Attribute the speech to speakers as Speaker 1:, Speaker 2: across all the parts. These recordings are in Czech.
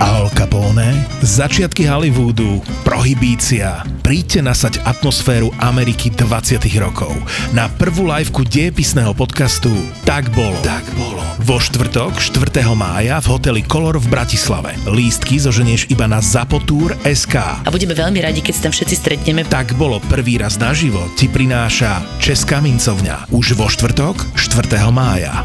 Speaker 1: Al Capone, začiatky Hollywoodu, prohibícia. Príďte nasať atmosféru Ameriky 20. rokov. Na prvú liveku diepisného podcastu Tak bolo. Tak bolo. Vo štvrtok 4. mája v hoteli Kolor v Bratislave. Lístky zoženieš iba na zapotur.sk.
Speaker 2: A budeme veľmi radi, keď sa tam všetci stretneme.
Speaker 1: Tak bolo prvý raz naživo ti prináša Česká mincovňa. Už vo štvrtok 4. mája.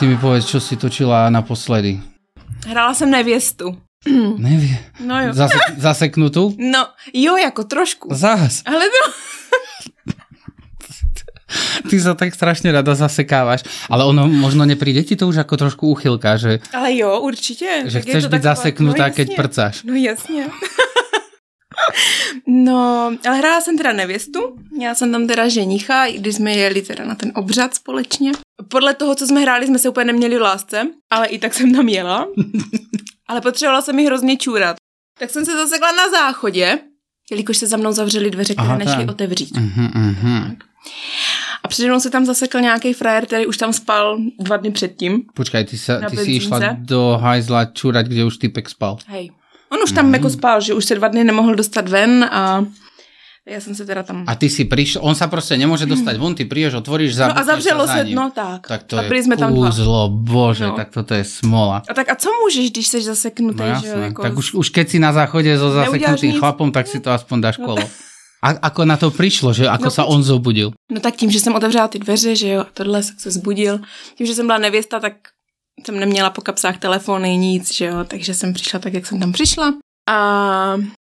Speaker 3: Ty mi povedz, čo si točila naposledy.
Speaker 4: Hrála jsem nevěstu.
Speaker 3: Nevie.
Speaker 4: No jo.
Speaker 3: Zase, zaseknutú?
Speaker 4: No, jo, jako trošku.
Speaker 3: Zás.
Speaker 4: Ale no. to...
Speaker 3: Ty sa tak strašne rada zasekávaš. Ale ono možno nepríde ti to už ako trošku uchylka, že,
Speaker 4: Ale jo, určitě.
Speaker 3: že
Speaker 4: Tak je
Speaker 3: chceš
Speaker 4: to
Speaker 3: byť
Speaker 4: taková-
Speaker 3: zaseknutá,
Speaker 4: no,
Speaker 3: keď
Speaker 4: jasně.
Speaker 3: prcáš.
Speaker 4: No jasně. No, ale hrála jsem teda nevěstu, měla jsem tam teda ženicha, i když jsme jeli teda na ten obřad společně. Podle toho, co jsme hráli, jsme se úplně neměli v lásce, ale i tak jsem tam jela. Ale potřebovala jsem mi hrozně čůrat. Tak jsem se zasekla na záchodě, jelikož se za mnou zavřely dveře, které
Speaker 3: Aha,
Speaker 4: nešly
Speaker 3: tak.
Speaker 4: otevřít.
Speaker 3: Uh-huh, uh-huh.
Speaker 4: A přede mnou se tam zasekl nějaký frajer, který už tam spal dva dny předtím.
Speaker 3: Počkaj, ty, sa,
Speaker 4: Na
Speaker 3: ty si
Speaker 4: benzínce?
Speaker 3: išla do hajzla čúrať, kde už typek spal.
Speaker 4: Hej. On už tam
Speaker 3: Mhm.
Speaker 4: mm. jako spal, že už se dva dny nemohl dostat ven a já jsem se teda tam...
Speaker 3: A ty si prišiel, on sa proste nemôže dostať von, ty prídeš, otvoríš,
Speaker 4: no a
Speaker 3: zabudneš sa
Speaker 4: zavřelo
Speaker 3: za
Speaker 4: se,
Speaker 3: ním.
Speaker 4: no tak.
Speaker 3: Tak to
Speaker 4: a
Speaker 3: je
Speaker 4: byli jsme tam dva.
Speaker 3: kúzlo, bože,
Speaker 4: No.
Speaker 3: tak toto je smola.
Speaker 4: A tak a co můžeš, když jsi zaseknutý,
Speaker 3: No
Speaker 4: že
Speaker 3: jasné,
Speaker 4: jo? Jako...
Speaker 3: tak už, už keď si na záchode so
Speaker 4: Neuděláš
Speaker 3: zaseknutým
Speaker 4: nic.
Speaker 3: chlapom, tak si to aspoň dáš kolo. A ako na to prišlo, že ako
Speaker 4: No,
Speaker 3: sa on zobudil?
Speaker 4: No tak tím, že jsem otevřela ty dveře, že jo, a tohle tak se zbudil. Tím, že jsem byla nevěsta, tak jsem neměla po kapsách telefony, nic, že jo, takže jsem přišla tak, jak jsem tam přišla. A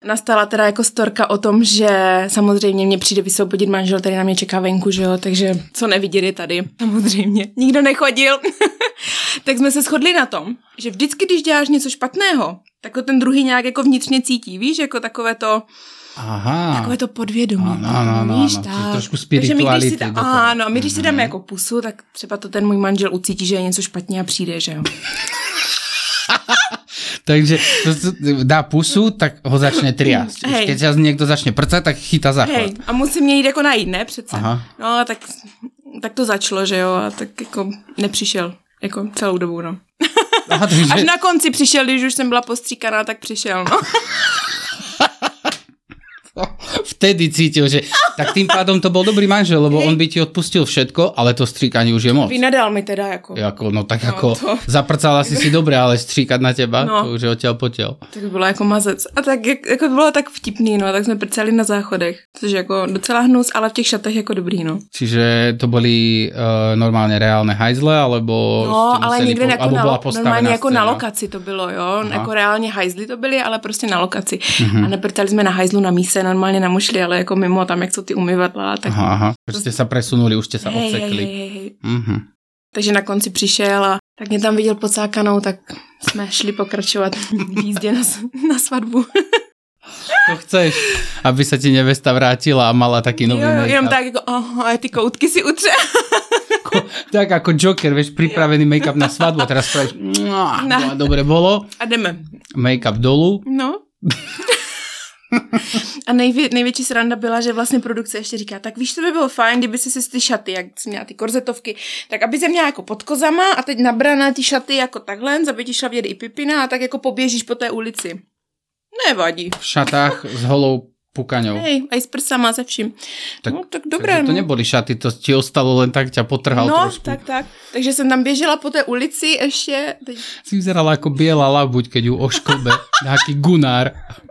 Speaker 4: nastala teda jako storka o tom, že samozřejmě mě přijde vysvobodit manžel, který na mě čeká venku, že jo, takže co nevidět je tady, samozřejmě. Nikdo nechodil. tak jsme se shodli na tom, že vždycky, když děláš něco špatného, tak to ten druhý nějak jako vnitřně cítí, víš, jako takové to,
Speaker 3: Aha.
Speaker 4: Takové Jako to podvědomí.
Speaker 3: Ano, ano, ano,
Speaker 4: víš,
Speaker 3: ano,
Speaker 4: tak.
Speaker 3: čiže trošku
Speaker 4: Takže my, když
Speaker 3: spirituality
Speaker 4: si ta,
Speaker 3: do toho. Mhm.
Speaker 4: ano, my když si dáme jako pusu, tak třeba to ten můj manžel ucítí, že je něco špatně a přijde, že jo.
Speaker 3: Takže to, to dá pusu, tak ho začne triasť. Už
Speaker 4: Hej.
Speaker 3: keď sa niekto začne prcať, tak chytá
Speaker 4: Hej,
Speaker 3: záchod.
Speaker 4: a musí mě jít jako najít, ne přece.
Speaker 3: Aha.
Speaker 4: No, tak, tak to začalo, že jo, a tak jako nepřišel. Jako celou dobu, no.
Speaker 3: Aha,
Speaker 4: Až
Speaker 3: takže,
Speaker 4: na konci přišel, když už jsem byla postříkaná, tak přišel, no.
Speaker 3: vtedy cítil, že tak tým pádom to bol dobrý manžel, lebo on by ti odpustil všetko, ale to strikanie už je moc.
Speaker 4: Vynadal mi teda, jako.
Speaker 3: Jako, no tak
Speaker 4: No,
Speaker 3: jako
Speaker 4: to-
Speaker 3: zaprcala si si dobre, ale stříkat na teba,
Speaker 4: No.
Speaker 3: to už je odtiaľ potiaľ.
Speaker 4: Tak bylo jako mazec. A tak jak, jako bylo tak vtipný, no, tak jsme prceli na záchodech. Což je jako docela hnus, ale v těch šatech jako dobrý, no.
Speaker 3: Čiže to boli uh, normálne reálne hajzle, alebo
Speaker 4: No,
Speaker 3: ste
Speaker 4: ale
Speaker 3: museli
Speaker 4: nikde
Speaker 3: po-
Speaker 4: jako
Speaker 3: alebo
Speaker 4: na,
Speaker 3: bola
Speaker 4: lo-
Speaker 3: postavená
Speaker 4: normálně jako na
Speaker 3: scéna?
Speaker 4: lokaci to bylo, jo.
Speaker 3: Aha. Mhm.
Speaker 4: Aha. Jako reálně hajzly to byly, ale prostě na lokaci. A neprtali jsme na hajzlu na míse, normálně na mušli, ale jako mimo tam, jak jsou ty umyvadla. Tak...
Speaker 3: Aha, aha. Že ste sa presunuli, už ste sa
Speaker 4: Hej, hej,
Speaker 3: odsekli.
Speaker 4: hej, hej, hej.
Speaker 3: Mhm.
Speaker 4: Takže na konci přišel a tak mě tam viděl pocákanou, tak jsme šli pokračovat v jízdě na, s- na svatbu.
Speaker 3: To chceš, aby sa ti nevesta vrátila a mala taký
Speaker 4: Jo,
Speaker 3: nový
Speaker 4: jo, jenom
Speaker 3: make-up.
Speaker 4: tak jako, aha, ty koutky si utře.
Speaker 3: Ko- tak ako Joker, vieš, pripravený make-up na svadbu a teraz spravíš, "Mua,
Speaker 4: Na-
Speaker 3: no, dobre bolo,
Speaker 4: A jdeme.
Speaker 3: make-up dolu.
Speaker 4: No. A nejvě, největší sranda byla, že vlastně produkce ještě říká, tak víš, co by bylo fajn, kdyby si si ty šaty, jak jsi měla ty korzetovky, tak aby se měla jako pod kozama a teď nabraná ty šaty jako takhle, aby ti šla vidět i pipina a tak jako poběžíš po té ulici. Nevadí.
Speaker 3: V šatách s holou pukaňou.
Speaker 4: Hej, a i s prsama se vším.
Speaker 3: No. Tak-
Speaker 4: Tak, no, tak dobré.
Speaker 3: Takže to
Speaker 4: no.
Speaker 3: neboli šaty, to ti ostalo len tak, ťa potrhal
Speaker 4: no,
Speaker 3: trošku.
Speaker 4: tak, tak. Takže jsem tam běžela po té ulici ještě. Teď...
Speaker 3: Si vyzerala ako biela labuť, keď ju oškobe. Taký gunár.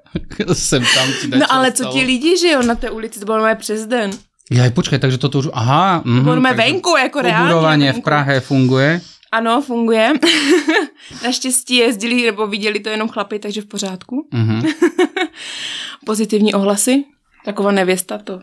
Speaker 3: Sem tam ti
Speaker 4: No ale co ti lidi, že jo, na té ulici, to bylo moje přes den.
Speaker 3: Ja aj počkaj, takže toto už... Aha. Mm,
Speaker 4: Bylo moje venku, jako reálně.
Speaker 3: Uburovanie v
Speaker 4: venku.
Speaker 3: Prahe funguje.
Speaker 4: Ano, funguje. Naštěstí jezdili nebo viděli to jenom chlapy, takže v pořádku.
Speaker 3: Mhm.
Speaker 4: Pozitivní ohlasy. Taková nevěsta to.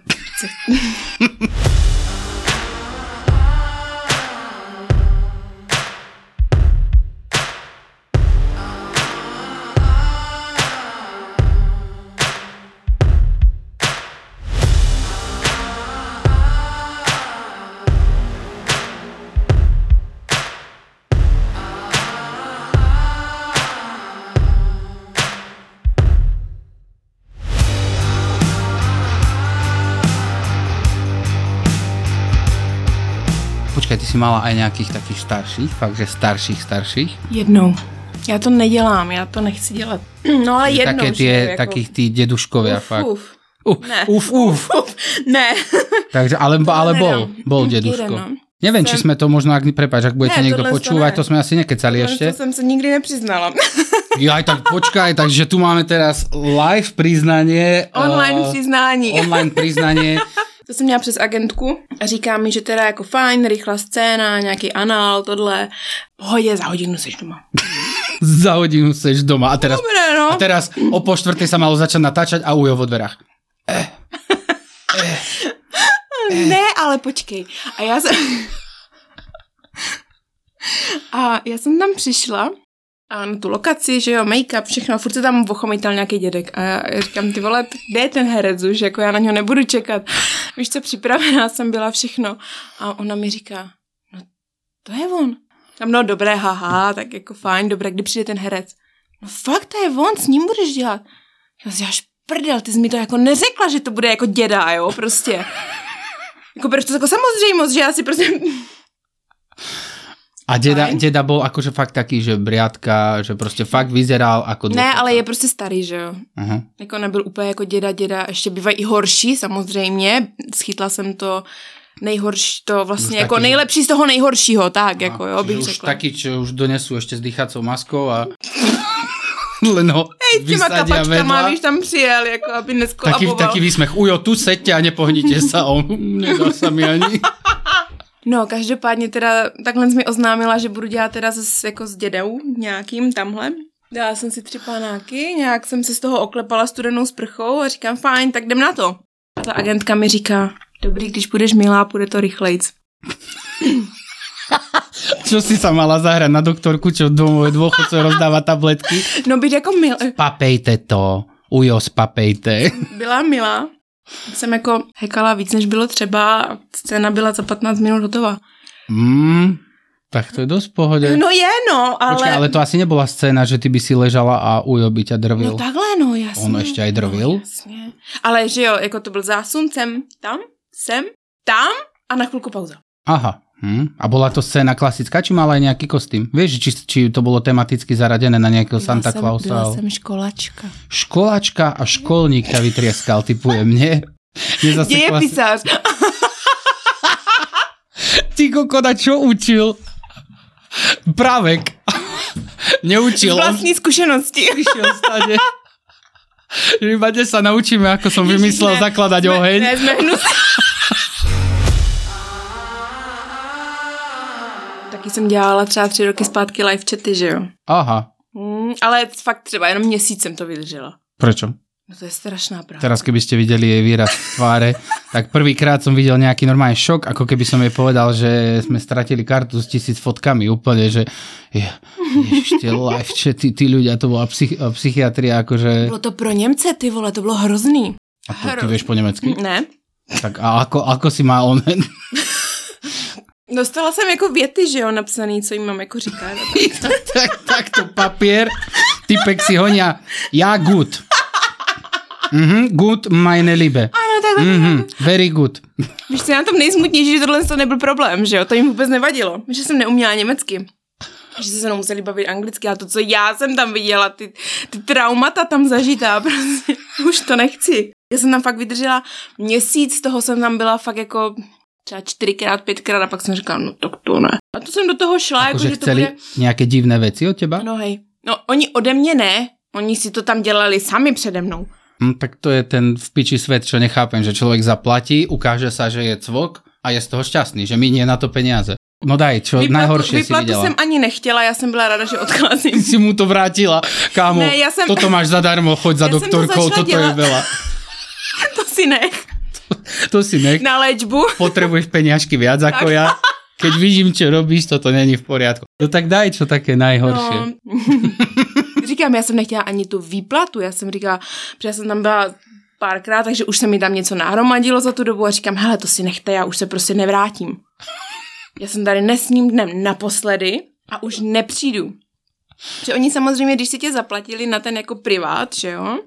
Speaker 3: ty si mala aj nějakých takých starších, fakt, že starších, starších.
Speaker 4: Jednou. Já to nedělám, já to nechci dělat. No ale jednou.
Speaker 3: Také
Speaker 4: že
Speaker 3: ty,
Speaker 4: jo,
Speaker 3: jako... takých ty děduškovia,
Speaker 4: uf,
Speaker 3: fakt.
Speaker 4: uf.
Speaker 3: Uf,
Speaker 4: ne.
Speaker 3: uf, uf.
Speaker 4: Ne.
Speaker 3: Takže, ale, ale bol,
Speaker 4: nedám.
Speaker 3: bol
Speaker 4: Jeden,
Speaker 3: děduško.
Speaker 4: no.
Speaker 3: Nevím, či jsme to možná, ak, prepáč, ak budete
Speaker 4: Ne,
Speaker 3: někdo
Speaker 4: tohle to
Speaker 3: počúvať,
Speaker 4: ne.
Speaker 3: to jsme asi nekecali
Speaker 4: To
Speaker 3: ještě.
Speaker 4: jsem se nikdy nepřiznala.
Speaker 3: Jaj, tak počkaj, takže tu máme teraz live priznanie.
Speaker 4: Online
Speaker 3: eh,
Speaker 4: přiznání.
Speaker 3: Online priznanie.
Speaker 4: To jsem měla přes agentku a říká mi, že teda jako fajn, rychlá scéna, nějaký anál, tohle. V Pohodě, za hodinu jsi doma.
Speaker 3: Za hodinu seš doma. A teraz,
Speaker 4: Dobré, no.
Speaker 3: a teraz o po štvrtej sa malo začať natáčať a ujo vo dverách.
Speaker 4: Ne, ale počkej. A já jsem... A já jsem tam přišla a na tu lokaci, že jo, make-up, všechno, a furt se tam ochomejtal nějaký dědek. A já já říkám, ty vole, kde je ten herec už, jako já na něho nebudu čekat. Víš co, připravená jsem byla všechno. A ona mi říká, no to je on. Tam, no dobré, haha, tak jako fajn, dobré, kdy přijde ten herec. No fakt, to je on, s ním budeš dělat. Já si až prdel, ty jsi mi to jako neřekla, že to bude jako děda, jo, prostě. Jako bereš to jako samozřejmost, že já si prostě...
Speaker 3: A deda,
Speaker 4: Fajn.
Speaker 3: deda bol akože fakt taký, že briadka, že proste fakt vyzeral ako
Speaker 4: Ne,
Speaker 3: dôchodca.
Speaker 4: ale je prostě starý, že jo.
Speaker 3: Aha.
Speaker 4: Jako nebyl úplně jako děda, děda, ještě bývají i horší samozřejmě. Schytla jsem to nejhorší, to vlastně
Speaker 3: taky,
Speaker 4: jako
Speaker 3: že-
Speaker 4: nejlepší z toho nejhoršího, tak, jako jo,
Speaker 3: Čiže
Speaker 4: bych
Speaker 3: už
Speaker 4: řekla.
Speaker 3: taký, čo už donesú ešte s dýchacou maskou a len ho
Speaker 4: Hej, s těma
Speaker 3: vysadia
Speaker 4: kapačkama,
Speaker 3: vedľa.
Speaker 4: víš, tam přijel, jako aby
Speaker 3: Taký,
Speaker 4: neskolaboval.
Speaker 3: taký výsmech, ujo, tu seďte a nepohnite sa, on nedá sa mi ani.
Speaker 4: No, každopádně teda takhle jsi mi oznámila, že budu dělat teda s, jako s dědou nějakým tamhle. Dala jsem si tři panáky, nějak jsem se z toho oklepala studenou sprchou a říkám, fajn, tak jdem na to. A ta agentka mi říká, dobrý, když budeš milá, půjde to rychlejc.
Speaker 3: Čo si sa mala zahrať na doktorku, čo domove dôchodcov rozdáva tabletky?
Speaker 4: No být jako mil,
Speaker 3: Papejte to. Ujo, spapejte.
Speaker 4: byla milá. Jsem jako hekala víc, než bylo třeba a scéna byla za 15 minut hotová.
Speaker 3: Mm, tak to je dosť v pohode.
Speaker 4: No je, no, ale...
Speaker 3: Počkaj, Eh. ale to asi nebola scéna, že ty by si ležala a ujo by ťa drvil.
Speaker 4: No takhle, no jasně.
Speaker 3: On ještě aj drvil?
Speaker 4: No, jasně. Ale že jo, jako to byl zásun sem, tam, sem, tam a na chvilku pauza.
Speaker 3: Aha. Hm. A bola to scéna klasická, či mala aj nejaký kostým? Vieš, či, či to bolo tematicky zaradené na nejakého Santa
Speaker 4: jsem,
Speaker 3: Clausa?
Speaker 4: Byla jsem školačka.
Speaker 3: Školáčka a školník ťa vytrieskal, typujem, nie? Je zase klasi-
Speaker 4: Dějepisář.
Speaker 3: Ty kokona, čo učil? Pravek. Neučil.
Speaker 4: Z
Speaker 3: on
Speaker 4: vlastní zkušenosti.
Speaker 3: prišiel stane. Že iba dnes sa naučíme, ako som vymyslel
Speaker 4: ne,
Speaker 3: zakladať
Speaker 4: Jsme-
Speaker 3: oheň.
Speaker 4: Ne, jsme hnus... Taky jsem dělala třeba tři roky zpátky live chaty, že jo.
Speaker 3: Aha,
Speaker 4: Hmm, ale fakt třeba jenom měsíc jsem to vydržela.
Speaker 3: prečo?
Speaker 4: No to je strašná práce.
Speaker 3: Teraz, keby ste videli jej výraz v tváre, tak prvýkrát som videl nejaký normálny šok, ako keby som jej povedal, že sme stratili kartu s tisíc fotkami úplne, že je, ešte live chaty, tí ľudia, to bola psych, eh, psychiatria, akože...
Speaker 4: Bylo to pro Němce, ty vole, to bylo hrozný.
Speaker 3: A ty, ty vieš po nemecky?
Speaker 4: Ne.
Speaker 3: Tak a ako, ako si má on...
Speaker 4: Dostala jsem jako věty, že jo, napsaný, co jim mám jako říkat. a tak.
Speaker 3: tak, takto papier, typek si honia, ja good. Mhm, good, meine Liebe.
Speaker 4: Ano, tak
Speaker 3: Mhm, very good.
Speaker 4: Víš, co je na tom nejsmutnější, že tohle to nebyl problém, že jo? To jim vůbec nevadilo, že jsem neuměla německy. Že se se mnou museli bavit anglicky, ale to, co já jsem tam viděla, ty, ty traumata tam zažitá, prostě už to nechci. Já jsem tam fakt vydržela měsíc, z toho jsem tam byla fakt jako třeba čtyřikrát, pětkrát a pak jsem říkala, no tak to ne. A to jsem do toho šla, jako,
Speaker 3: Akože
Speaker 4: že to
Speaker 3: chceli
Speaker 4: bude...
Speaker 3: nejaké divné veci od teba? No.
Speaker 4: No hej, no oni ode mě ne, oni si to tam dělali sami přede mnou.
Speaker 3: Hm, tak to je ten v piči svet, čo nechápem, že človek zaplatí, ukáže sa, že je cvok a je z toho šťastný, že minie na to peniaze. No daj, čo vyplatu, najhoršie si
Speaker 4: vyplatu
Speaker 3: videla.
Speaker 4: jsem ani nechtěla, já jsem byla ráda, že odcházím.
Speaker 3: Ty si mu to vrátila, kámo.
Speaker 4: Ne, ja som-
Speaker 3: Toto máš zadarmo, choď za
Speaker 4: Ja som to
Speaker 3: doktorkou,
Speaker 4: začala
Speaker 3: toto je
Speaker 4: dělat.
Speaker 3: veľa.
Speaker 4: to si nech
Speaker 3: To si nech.
Speaker 4: na léčbu.
Speaker 3: potrebuješ peniažky viac ako ja. Keď vidím, čo robíš, toto není v poriadku. No tak daj, čo také najhoršie. No.
Speaker 4: Říkám, já jsem nechtěla ani tu výplatu, já jsem říkala, protože já jsem tam byla párkrát, takže už se mi tam něco nahromadilo za tu dobu a říkám, hele, to si nechte, já už se prostě nevrátím. Já jsem tady nesním dnem naposledy a už nepřijdu. Že oni samozřejmě, když si tě zaplatili na ten jako privát, že jo,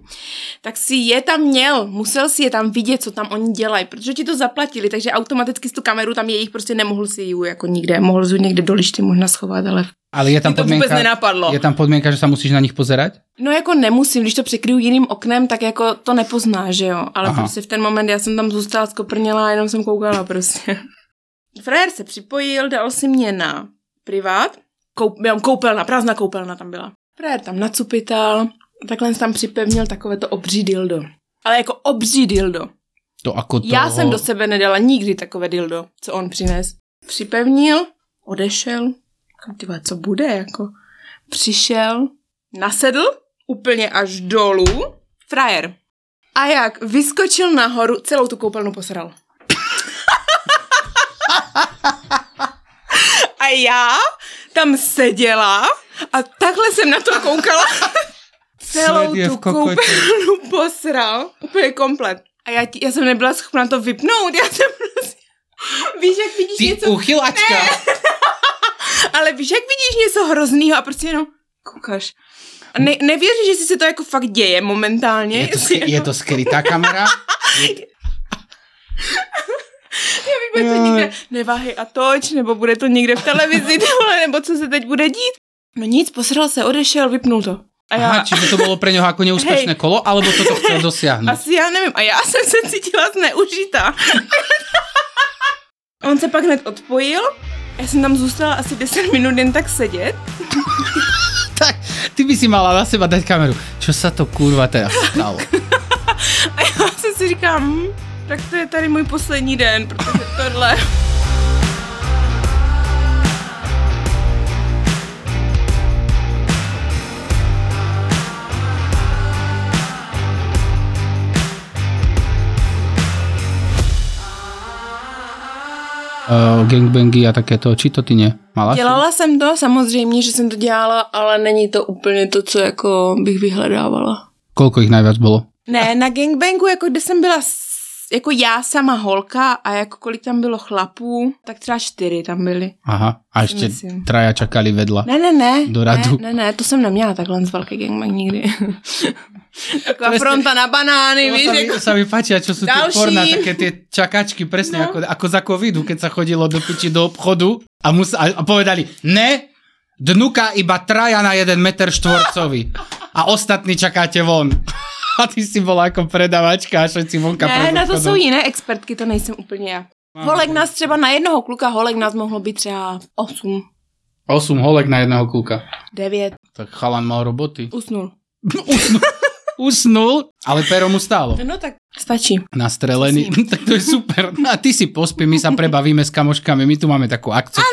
Speaker 4: tak si je tam měl, musel si je tam vidět, co tam oni dělají, protože ti to zaplatili, takže automaticky s tu kameru tam jejich prostě nemohl si ji jako nikde, mohl si ji někde do lišty možná schovat, ale...
Speaker 3: Ale je tam,
Speaker 4: Mě to
Speaker 3: podmienka,
Speaker 4: vůbec nenapadlo.
Speaker 3: je tam podmienka, že sa musíš na nich pozerať?
Speaker 4: No jako nemusím, když to překryju jiným oknem, tak jako to nepozná, že jo, ale
Speaker 3: Aha.
Speaker 4: Aha. prostě v ten moment já jsem tam zůstala skoprněla a jenom jsem koukala prostě. Frajer se připojil, dal si mě na privát, Koup, jenom koupelna, prázdná koupelna tam byla. Frajer tam nacupital, takhle tam připevnil takové to obří dildo. Ale jako obří dildo.
Speaker 3: To ako Jako toho...
Speaker 4: Já jsem do sebe nedala nikdy takové dildo, co on přines. Připevnil, odešel, říkám, ty vole, co bude, jako. Přišel, nasedl, úplně až dolů, frajer. A jak vyskočil nahoru, celou tu koupelnu posral. A já tam seděla a takhle jsem na to koukala. Celou
Speaker 3: Svět je
Speaker 4: tu
Speaker 3: v kokotě.
Speaker 4: koupelnu posral. Úplně komplet. A já, ti, já jsem nebyla schopna to vypnout. Já jsem prostě... Víš, jak vidíš
Speaker 3: Ty
Speaker 4: něco...
Speaker 3: uchylačka!
Speaker 4: Ale víš, jak vidíš něco hroznýho a prostě jenom koukáš. A ne, nevěříš, že si se to jako fakt děje momentálně.
Speaker 3: Je to,
Speaker 4: Jestli
Speaker 3: skry, je to skrytá kamera? Je,
Speaker 4: Bude to někde neváhy a toč, nebo bude to někde v televizi, nebo, nebo co se teď bude dít. No nic, posral se, odešel, vypnul to. A já,
Speaker 3: aha, čiže to bolo pre ňoho ako neúspešné
Speaker 4: Hej.
Speaker 3: jako kolo, alebo toto chcel dosiahnuť?
Speaker 4: asi já nevím, a já jsem se cítila zneužitá. On se pak hned odpojil, já jsem tam zůstala asi 10 minut jen tak sedět.
Speaker 3: Tak, ty by si mala na seba dať kameru. Čo sa to kurva teraz stalo?
Speaker 4: A já jsem si říkám, hm, tak to je tady můj poslední den, protože tohle...
Speaker 3: Uh, gangbangy a takéto, či to ty nie? Mala si?
Speaker 4: Dělala jsem to, samozřejmě, že jsem to dělala, ale není to úplně to, co jako bych vyhledávala.
Speaker 3: Koľko ich najviac bolo?
Speaker 4: Ne, na gangbangu, jako kde jsem byla s- jako já sama holka a jako kolik tam bylo chlapů, tak třeba čtyři tam byly.
Speaker 3: Aha, a ešte
Speaker 4: Myslím.
Speaker 3: traja čakali vedľa.
Speaker 4: Ne, ne, ne.
Speaker 3: Do radu.
Speaker 4: Ne, ne, ne, to jsem neměla takhle z velký gangbang nikdy. Taková
Speaker 3: Přesně.
Speaker 4: fronta na banány,
Speaker 3: To
Speaker 4: víš,
Speaker 3: sa, mi,
Speaker 4: jako...
Speaker 3: sa mi páči, a čo sú tie
Speaker 4: Ďalší.
Speaker 3: porná, také tie čakačky, presne no. ako, ako za covidu, keď sa chodilo do piči do obchodu a, mus, a, a povedali, ne, dnuka iba traja na jeden meter štvorcový a ostatní čakáte von. A ty si bola ako predavačka a všetci vonka
Speaker 4: Ne,
Speaker 3: pred
Speaker 4: na to
Speaker 3: obchodom.
Speaker 4: jsou jiné expertky, to nejsem úplně já. Holek nás třeba na jednoho kluka, holek nás mohlo být třeba 8,
Speaker 3: Osm holek na jedného kúka.
Speaker 4: 9,
Speaker 3: Tak chalan mal roboty.
Speaker 4: usnul.
Speaker 3: Usnul, ale pero mu stálo.
Speaker 4: No tak stačí.
Speaker 3: Nastrelený. tak to je super. No a ty si pospí, my sa prebavíme s kamoškami, my tu máme takú akciu.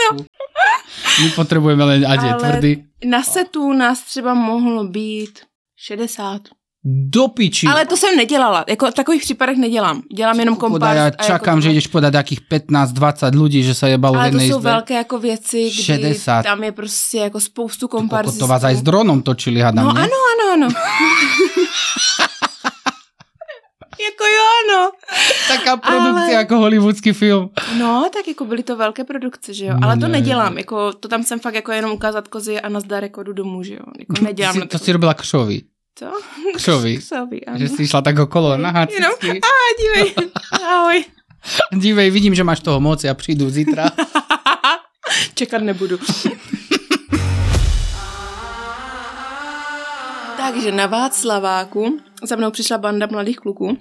Speaker 3: My potrebujeme len ade ale...
Speaker 4: Ale-
Speaker 3: tvrdý.
Speaker 4: Na setu nás třeba mohlo být 60.
Speaker 3: Do piči.
Speaker 4: Ale to jsem nedělala, jako v takových případech nedělám. Dělám jenom
Speaker 3: Koda,
Speaker 4: kompárs.
Speaker 3: ja
Speaker 4: a jako
Speaker 3: čakám, že ideš podať takých 15-20 ľudí, že sa jebalo v
Speaker 4: Ale to
Speaker 3: jednej
Speaker 4: jsou
Speaker 3: izbe.
Speaker 4: velké jako věci, kdy
Speaker 3: 60.
Speaker 4: tam je prostě jako spoustu
Speaker 3: Kokot,
Speaker 4: komparzistů.
Speaker 3: To vás aj s dronom točili,
Speaker 4: No
Speaker 3: hádam, nie?
Speaker 4: ano, ano, ano. jako jo, no.
Speaker 3: Taká produkcia ale... ako hollywoodsky film.
Speaker 4: No, tak jako byly to velké produkce, že jo.
Speaker 3: No,
Speaker 4: Ale to
Speaker 3: ne.
Speaker 4: nedělám, jako to tam jsem fakt jako jenom ukázat kozy a nazdar jako jdu domů, že jo. Jako
Speaker 3: Ty
Speaker 4: nedělám
Speaker 3: si,
Speaker 4: na
Speaker 3: No, to
Speaker 4: to.
Speaker 3: si robila křovi.
Speaker 4: Co?
Speaker 3: Křovi.
Speaker 4: Křoví, ano.
Speaker 3: Že si išla tak okolo na
Speaker 4: Jenom,
Speaker 3: hácicky.
Speaker 4: a dívej, ahoj.
Speaker 3: Dívej, vidím, že máš toho moc, ja prídu zítra.
Speaker 4: Čekat nebudu. Takže na Václaváku za mnou přišla banda mladých kluků.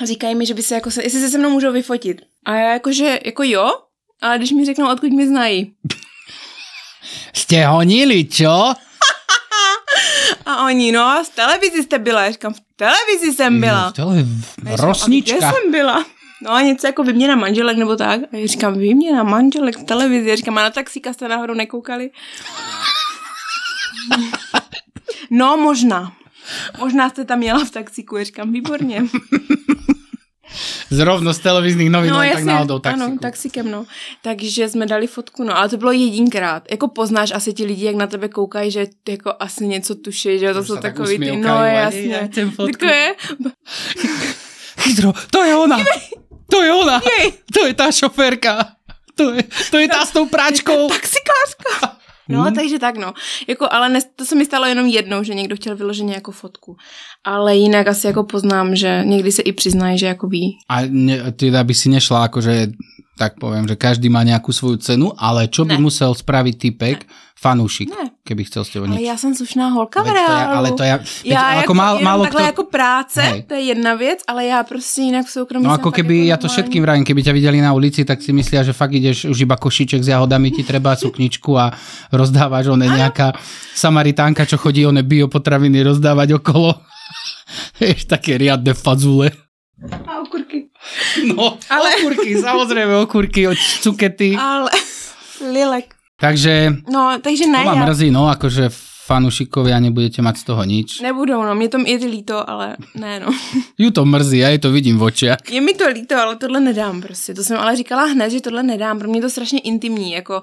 Speaker 4: A Říkají mi, že by se jako se, jestli se se mnou můžou vyfotit. A já jakože, jako jo, ale když mi řeknou, odkud mě znají.
Speaker 3: Ste honili, čo?
Speaker 4: A oni, no a v televizi jste byla. Já říkám, v televizi jsem
Speaker 3: Jo,
Speaker 4: byla.
Speaker 3: v tele- v-
Speaker 4: A já říkám, A
Speaker 3: Rosnička.
Speaker 4: kde jsem byla? No a něco jako vyměna manželek nebo tak. A já říkám, vyměna manželek v televizi. Já říkám, a na taxíka jste náhodou nekoukali? No, možná. Možná jste tam jela v taxíku, já říkám, výborně.
Speaker 3: Zrovno z televíznych novín,
Speaker 4: No,
Speaker 3: len No, tak náhodou taxíku.
Speaker 4: ano, taxikem, no. Takže jsme dali fotku, no, ale to bylo jedinkrát. Jako poznáš asi ti lidi, jak na tebe koukají, že jako asi něco tuší, že to
Speaker 3: Už
Speaker 4: jsou
Speaker 3: se tak
Speaker 4: takový ty, no
Speaker 3: usmějkají, "Ej, já
Speaker 4: jasně.
Speaker 3: chcem fotku."
Speaker 4: Takové,
Speaker 3: Chytro, to je ona! To je ona!
Speaker 4: Jej.
Speaker 3: To je tá šoférka! To je, to je tá s tou práčkou!
Speaker 4: taxikářka. No, hmm. takže tak, no. Jako, ale ne, to se mi stalo jenom jednou, že někdo chtěl vyloženě jako fotku. Ale jinak asi jako poznám, že někdy se i přiznají, že jako ví.
Speaker 3: A ne, teda by si nešla akože, tak poviem, že každý má nejakú svoju cenu, ale čo by
Speaker 4: Ne.
Speaker 3: musel spraviť typek, fanúšik,
Speaker 4: Ne.
Speaker 3: keby chcel s tebou
Speaker 4: Ale
Speaker 3: niečo?
Speaker 4: já jsem slušná holka v
Speaker 3: Veď to ja,
Speaker 4: reálu.
Speaker 3: ale to ja, veď
Speaker 4: Já jako
Speaker 3: ako má,
Speaker 4: jenom
Speaker 3: málo
Speaker 4: takhle
Speaker 3: kto,
Speaker 4: jako práce,
Speaker 3: Hej.
Speaker 4: Hej. to je jedna věc, ale já prostě jinak v soukromí
Speaker 3: no
Speaker 4: jsem
Speaker 3: ako
Speaker 4: fakt jako
Speaker 3: keby, ja to
Speaker 4: normální.
Speaker 3: všetkým vravím, keby ťa videli na ulici, tak si myslia, že fakt ideš už iba košiček s jahodami, ti treba sukničku a rozdávaš one nejaká samaritánka, čo chodí one biopotraviny rozdávať okolo. Vieš, také riadne fazule.
Speaker 4: A okurky.
Speaker 3: No, ale...
Speaker 4: Ale-
Speaker 3: okurky, samozrejme okurky, cukety. A...
Speaker 4: Ale, lilek.
Speaker 3: Takže
Speaker 4: No, takže
Speaker 3: to
Speaker 4: ne,
Speaker 3: vám
Speaker 4: já
Speaker 3: mrzí, no, akože fanušikovia nebudete mať z toho nič. Ne.
Speaker 4: Nebudou, no, mě to je to líto, ale ne, no.
Speaker 3: Ju to mrzí, ja jej to vidím v očiach.
Speaker 4: Je mi to líto, ale tohle nedám prostě. To jsem ale říkala hned, že tohle nedám. Pro mě je to strašně intimní, jako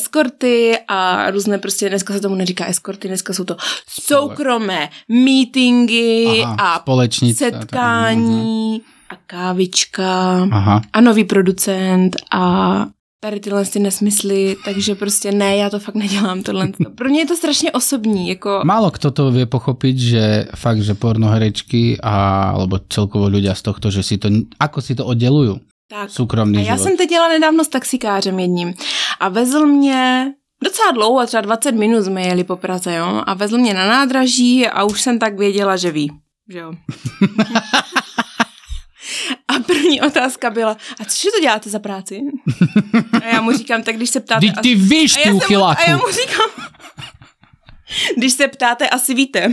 Speaker 4: eskorty a různé prostě, dneska se tomu neříká eskorty, dneska jsou to soukromé meetingy
Speaker 3: Aha,
Speaker 4: a
Speaker 3: společnice, mhm.
Speaker 4: setkání a kávička
Speaker 3: Aha.
Speaker 4: a nový producent a tady tyhle ty nesmysly, takže prostě ne, já to fakt nedělám tohle. Pro mě je to strašně osobní, jako
Speaker 3: Málo kto to vie pochopiť, že fakt, že pornoherečky a, alebo celkovo ľudia z tohto, že si to, ako si to oddelujú,
Speaker 4: tak.
Speaker 3: súkromný
Speaker 4: A
Speaker 3: život.
Speaker 4: já jsem teď jela nedávno s taxikářem jedním a vezl mě docela dlouho, třeba 20 minut jsme jeli po Praze, jo, a vezl mě na nádraží a už jsem tak věděla, že ví, že jo. A první otázka byla, a cože to děláte za práci? A já mu říkám, tak když se ptáte...
Speaker 3: Vždyť ty víš,
Speaker 4: a
Speaker 3: ty
Speaker 4: já jsem mu-
Speaker 3: uchyláku.
Speaker 4: A já mu říkám, když se ptáte, asi víte.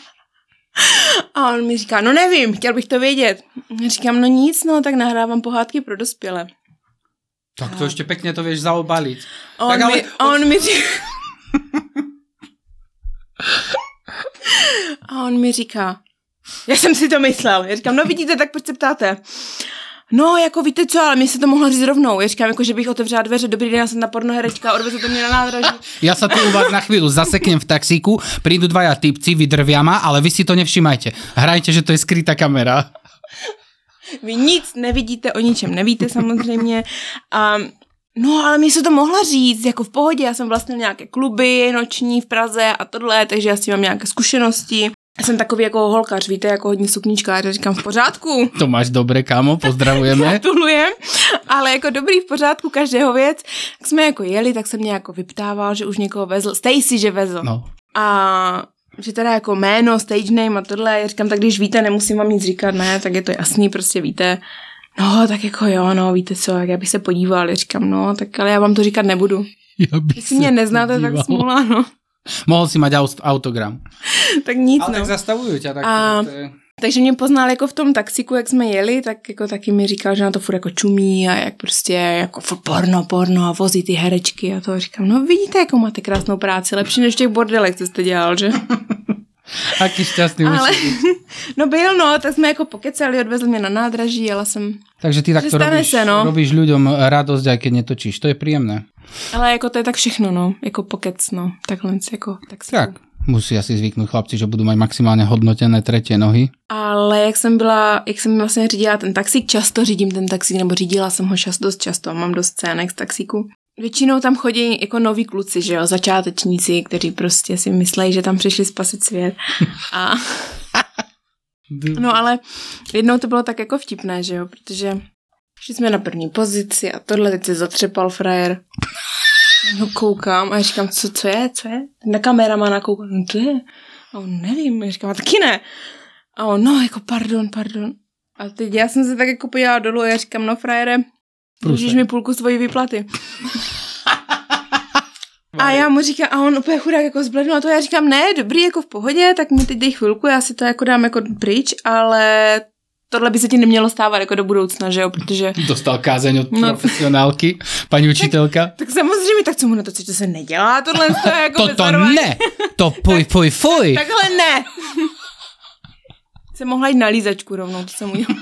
Speaker 4: A on mi říká, no nevím, chtěl bych to vědět. Říkám, no nic, no tak nahrávám pohádky pro dospělé.
Speaker 3: Tak to ešte pekne to vieš zaobaliť.
Speaker 4: On,
Speaker 3: Tak ale-
Speaker 4: mi, on mi říká... A on mi říká, já jsem si to myslel. Já říkám, no vidíte, tak proč se ptáte? No, jako víte co, ale mi se to mohlo říct rovnou. Já říkám, jako, že bych otevřela dveře, dobrý den, já jsem ta pornoherečka, odvezete mě na nádraží.
Speaker 3: Ja sa tu u vás na chvíľu zaseknem v taxíku, prídu dvaja typci, vydrvia ma, ale vy si to nevšimajte. Hrajte, že to je skrytá kamera.
Speaker 4: Vy nic nevidíte, o ničem nevíte samozřejmě. A No, ale mi se to mohla říct, jako v pohodě, já jsem vlastně nějaké kluby noční v Praze a tohle, takže já s tím mám nějaké zkušenosti. Já jsem takový jako holkař, víte, jako hodně suknička, já říkám v pořádku,
Speaker 3: To máš dobre, kámo, pozdravujeme.
Speaker 4: tulujem, ale jako dobrý v pořádku, každého věc. Tak jsme jako jeli, tak jsem mě jako vyptával, že už někoho vezl, Stacy, že vezl.
Speaker 3: No.
Speaker 4: A že teda jako jméno, stage name a tohle, já říkám, tak když víte, nemusím vám nic říkat, ne, tak je to jasný, prostě víte. No, tak jako jo, no, víte co, jak já bych se podíval, já říkám, no, tak ale já vám to říkat nebudu.
Speaker 3: Ja by
Speaker 4: Jestli mě neznáte, tak smůla, no.
Speaker 3: Mohol si mať aust- autogram.
Speaker 4: Tak nic, no.
Speaker 3: zastavujú ťa tak.
Speaker 4: A- to Takže mě poznal jako v tom taxiku, jak jsme jeli, tak jako taky mi říkal, že na to furt jako čumí a jak prostě jako furt porno, porno a vozí ty herečky a to A říkám, no vidíte, jako máte krásnou práci, lepší než v těch bordelech, co jste dělal, že?
Speaker 3: Aký šťastný
Speaker 4: Ale,
Speaker 3: ale...
Speaker 4: no byl, no, tak jsme jako pokecali, odvezl mě na nádraží, jela jsem.
Speaker 3: Takže ty takto
Speaker 4: Stane
Speaker 3: robíš,
Speaker 4: se, no.
Speaker 3: robíš ľuďom radosť, aj keď netočíš. To je příjemné.
Speaker 4: Ale jako to je tak všechno, no, jako pokec, no, takhle jako tak,
Speaker 3: Tak. Musí asi zvyknúť chlapci, že budú mať maximálne hodnotené tretie nohy.
Speaker 4: Ale jak jsem byla, jak jsem vlastně řídila ten taxík, často řídím ten taxík, nebo řídila jsem ho čas, dost často, mám dost scének z taxíku. Většinou tam chodí jako noví kluci, že jo, začátečníci, kteří prostě si myslejí, že tam přišli spasit svět. A
Speaker 3: Mm-hmm.
Speaker 4: No ale jednou to bylo tak jako vtipné, že jo, protože šli jsme na první pozici a tohle teď se zatřepal frajer. No koukám a říkám, co, co je, co je? Na kameramana koukám, no to je. A on nevím, já říkám, a taky ne. A on, no jako pardon, pardon. A teď já jsem se tak jako podívala dolů a já říkám, no frajere, dlužíš mi půlku svojí výplaty. A já mu říkám, a on úplně chudák jako zblednul a to já říkám, ne, dobrý, jako v pohodě, tak mi teď dej chvilku, já si to jako dám jako pryč, ale tohle by se ti nemělo stávat jako do budoucna, že jo, protože
Speaker 3: Dostal kázeň od
Speaker 4: No.
Speaker 3: profesionálky, paní učitelka.
Speaker 4: tak samozřejmě, tak co mu na to, co to se nedělá, tohle to je jako
Speaker 3: Toto
Speaker 4: bezvarování.
Speaker 3: ne! To fuj, fuj, fuj!
Speaker 4: Takhle ne. jsem mohla jít na lízačku rovnou, to jsem udělala.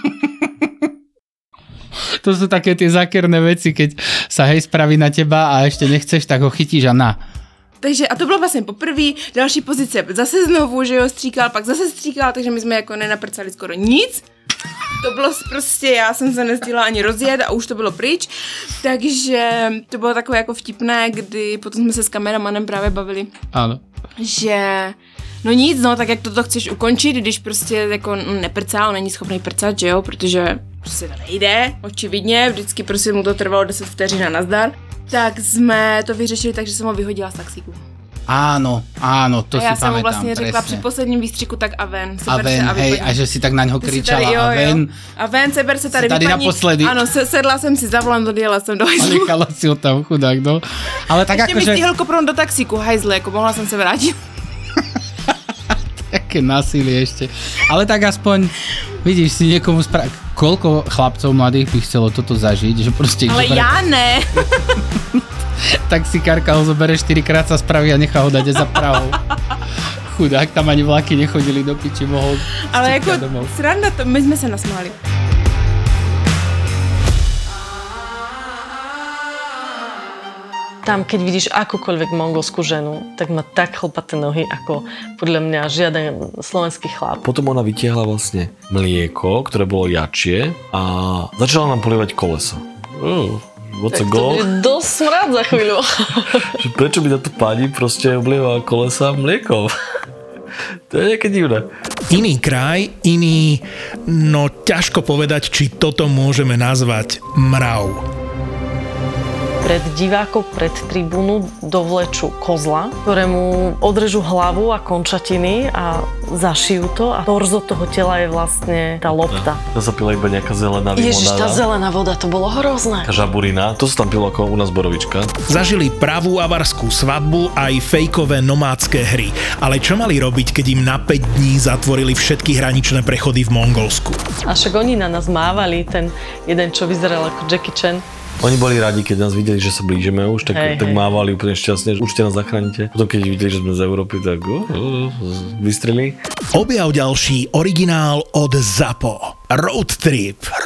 Speaker 3: To sú také tie zákerné veci, keď sa hej spraví na teba a ešte nechceš, tak ho chytíš a na.
Speaker 4: Takže a to bylo vlastně poprvé, další pozice zase znovu, že jo, stříkal, pak zase stříkal, takže my jsme jako nenaprcali skoro nic. to bylo s- prostě, já jsem se nestihla ani rozjet a už to bylo pryč, takže to bylo takové jako vtipné, kdy potom jsme se s kameramanem právě bavili,
Speaker 3: Áno.
Speaker 4: že no nic, no tak jak toto chceš ukončit, když prostě jako no, neprcá, on není schopný prcat, že jo, protože prostě to nejde, očividně, vždycky prostě mu to trvalo 10 vteřin a nazdar. Tak jsme to vyřešili tak, že jsem ho vyhodila z taxíku.
Speaker 3: Áno, áno, to
Speaker 4: a já
Speaker 3: si
Speaker 4: jsem mu
Speaker 3: pamätám,
Speaker 4: vlastně řekla
Speaker 3: presne.
Speaker 4: při posledním výstřiku tak a ven.
Speaker 3: a
Speaker 4: seber se
Speaker 3: ven, hej,
Speaker 4: vypadni.
Speaker 3: a že si tak na ňo
Speaker 4: Ty si
Speaker 3: kričala a ven
Speaker 4: jo. A ven, seber se tady,
Speaker 3: tady
Speaker 4: vypadni.
Speaker 3: naposledy.
Speaker 4: Ano, se, sedla jsem si za volant, odjela jsem do
Speaker 3: a
Speaker 4: hajzlu.
Speaker 3: nechala si ho tam chudák, no. Ale tak
Speaker 4: Ještě mi
Speaker 3: akože,
Speaker 4: stihl kopron do taxíku, hajzle, jako mohla jsem se vrátit.
Speaker 3: také násilie ešte. Ale tak aspoň, vidíš, si niekomu spra... Koľko chlapcov mladých by chcelo toto zažiť, že proste...
Speaker 4: Ale
Speaker 3: zoberie-
Speaker 4: já ne.
Speaker 3: taxikárka ho zobere 4 krát sa spraví a nechá ho dať za pravou. Chudák, tam ani vlaky nechodili do piči, mohol
Speaker 4: Ale jako
Speaker 3: vstúpiť domov.
Speaker 4: sranda to, my jsme se nasmáli.
Speaker 5: Tam, keď vidíš akúkoľvek mongolskú ženu, tak má tak chlpaté nohy, ako podľa mňa žiaden slovenský chlap.
Speaker 6: Potom ona vytiahla vlastne mlieko, ktoré bolo jačie a začala nám polievať kolesa. Uh, what's a
Speaker 5: To
Speaker 6: goal?
Speaker 5: bude dosť smrad za chvíľu.
Speaker 6: Že prečo by táto pani proste oblieva prostě kolesa mliekom? to je nejaké divné.
Speaker 1: Iný kraj, iný... No ťažko povedať, či toto môžeme nazvať mrav.
Speaker 5: Pred divákov, pred tribúnu dovlečú kozla, ktorému odrežú hlavu a končatiny a zašijú to a torzo toho tela je vlastne tá lopta.
Speaker 6: To sa pila iba nejaká zelená
Speaker 5: Ježiš, tá
Speaker 6: limonáda.
Speaker 5: zelená voda, to bolo hrozné.
Speaker 6: Taká žaburina. To sa tam pilo ako u nás borovička.
Speaker 1: Zažili pravú avarskú svadbu aj fejkové nomádske hry. Ale čo mali robiť, keď im na 5 dní zatvorili všetky hraničné prechody v Mongolsku?
Speaker 5: A však oni na nás mávali, ten jeden, čo vyzeral ako Jackie Chan.
Speaker 6: Oni boli radi, keď nás videli, že sa blížime už, tak,
Speaker 5: Hej,
Speaker 6: tak
Speaker 5: hej.
Speaker 6: mávali úplne šťastne, že určite nás zachránite. Potom keď videli, že sme z Európy, tak uh, uh, vystreli.
Speaker 1: Objav ďalší originál od ZAPO. Road Trip.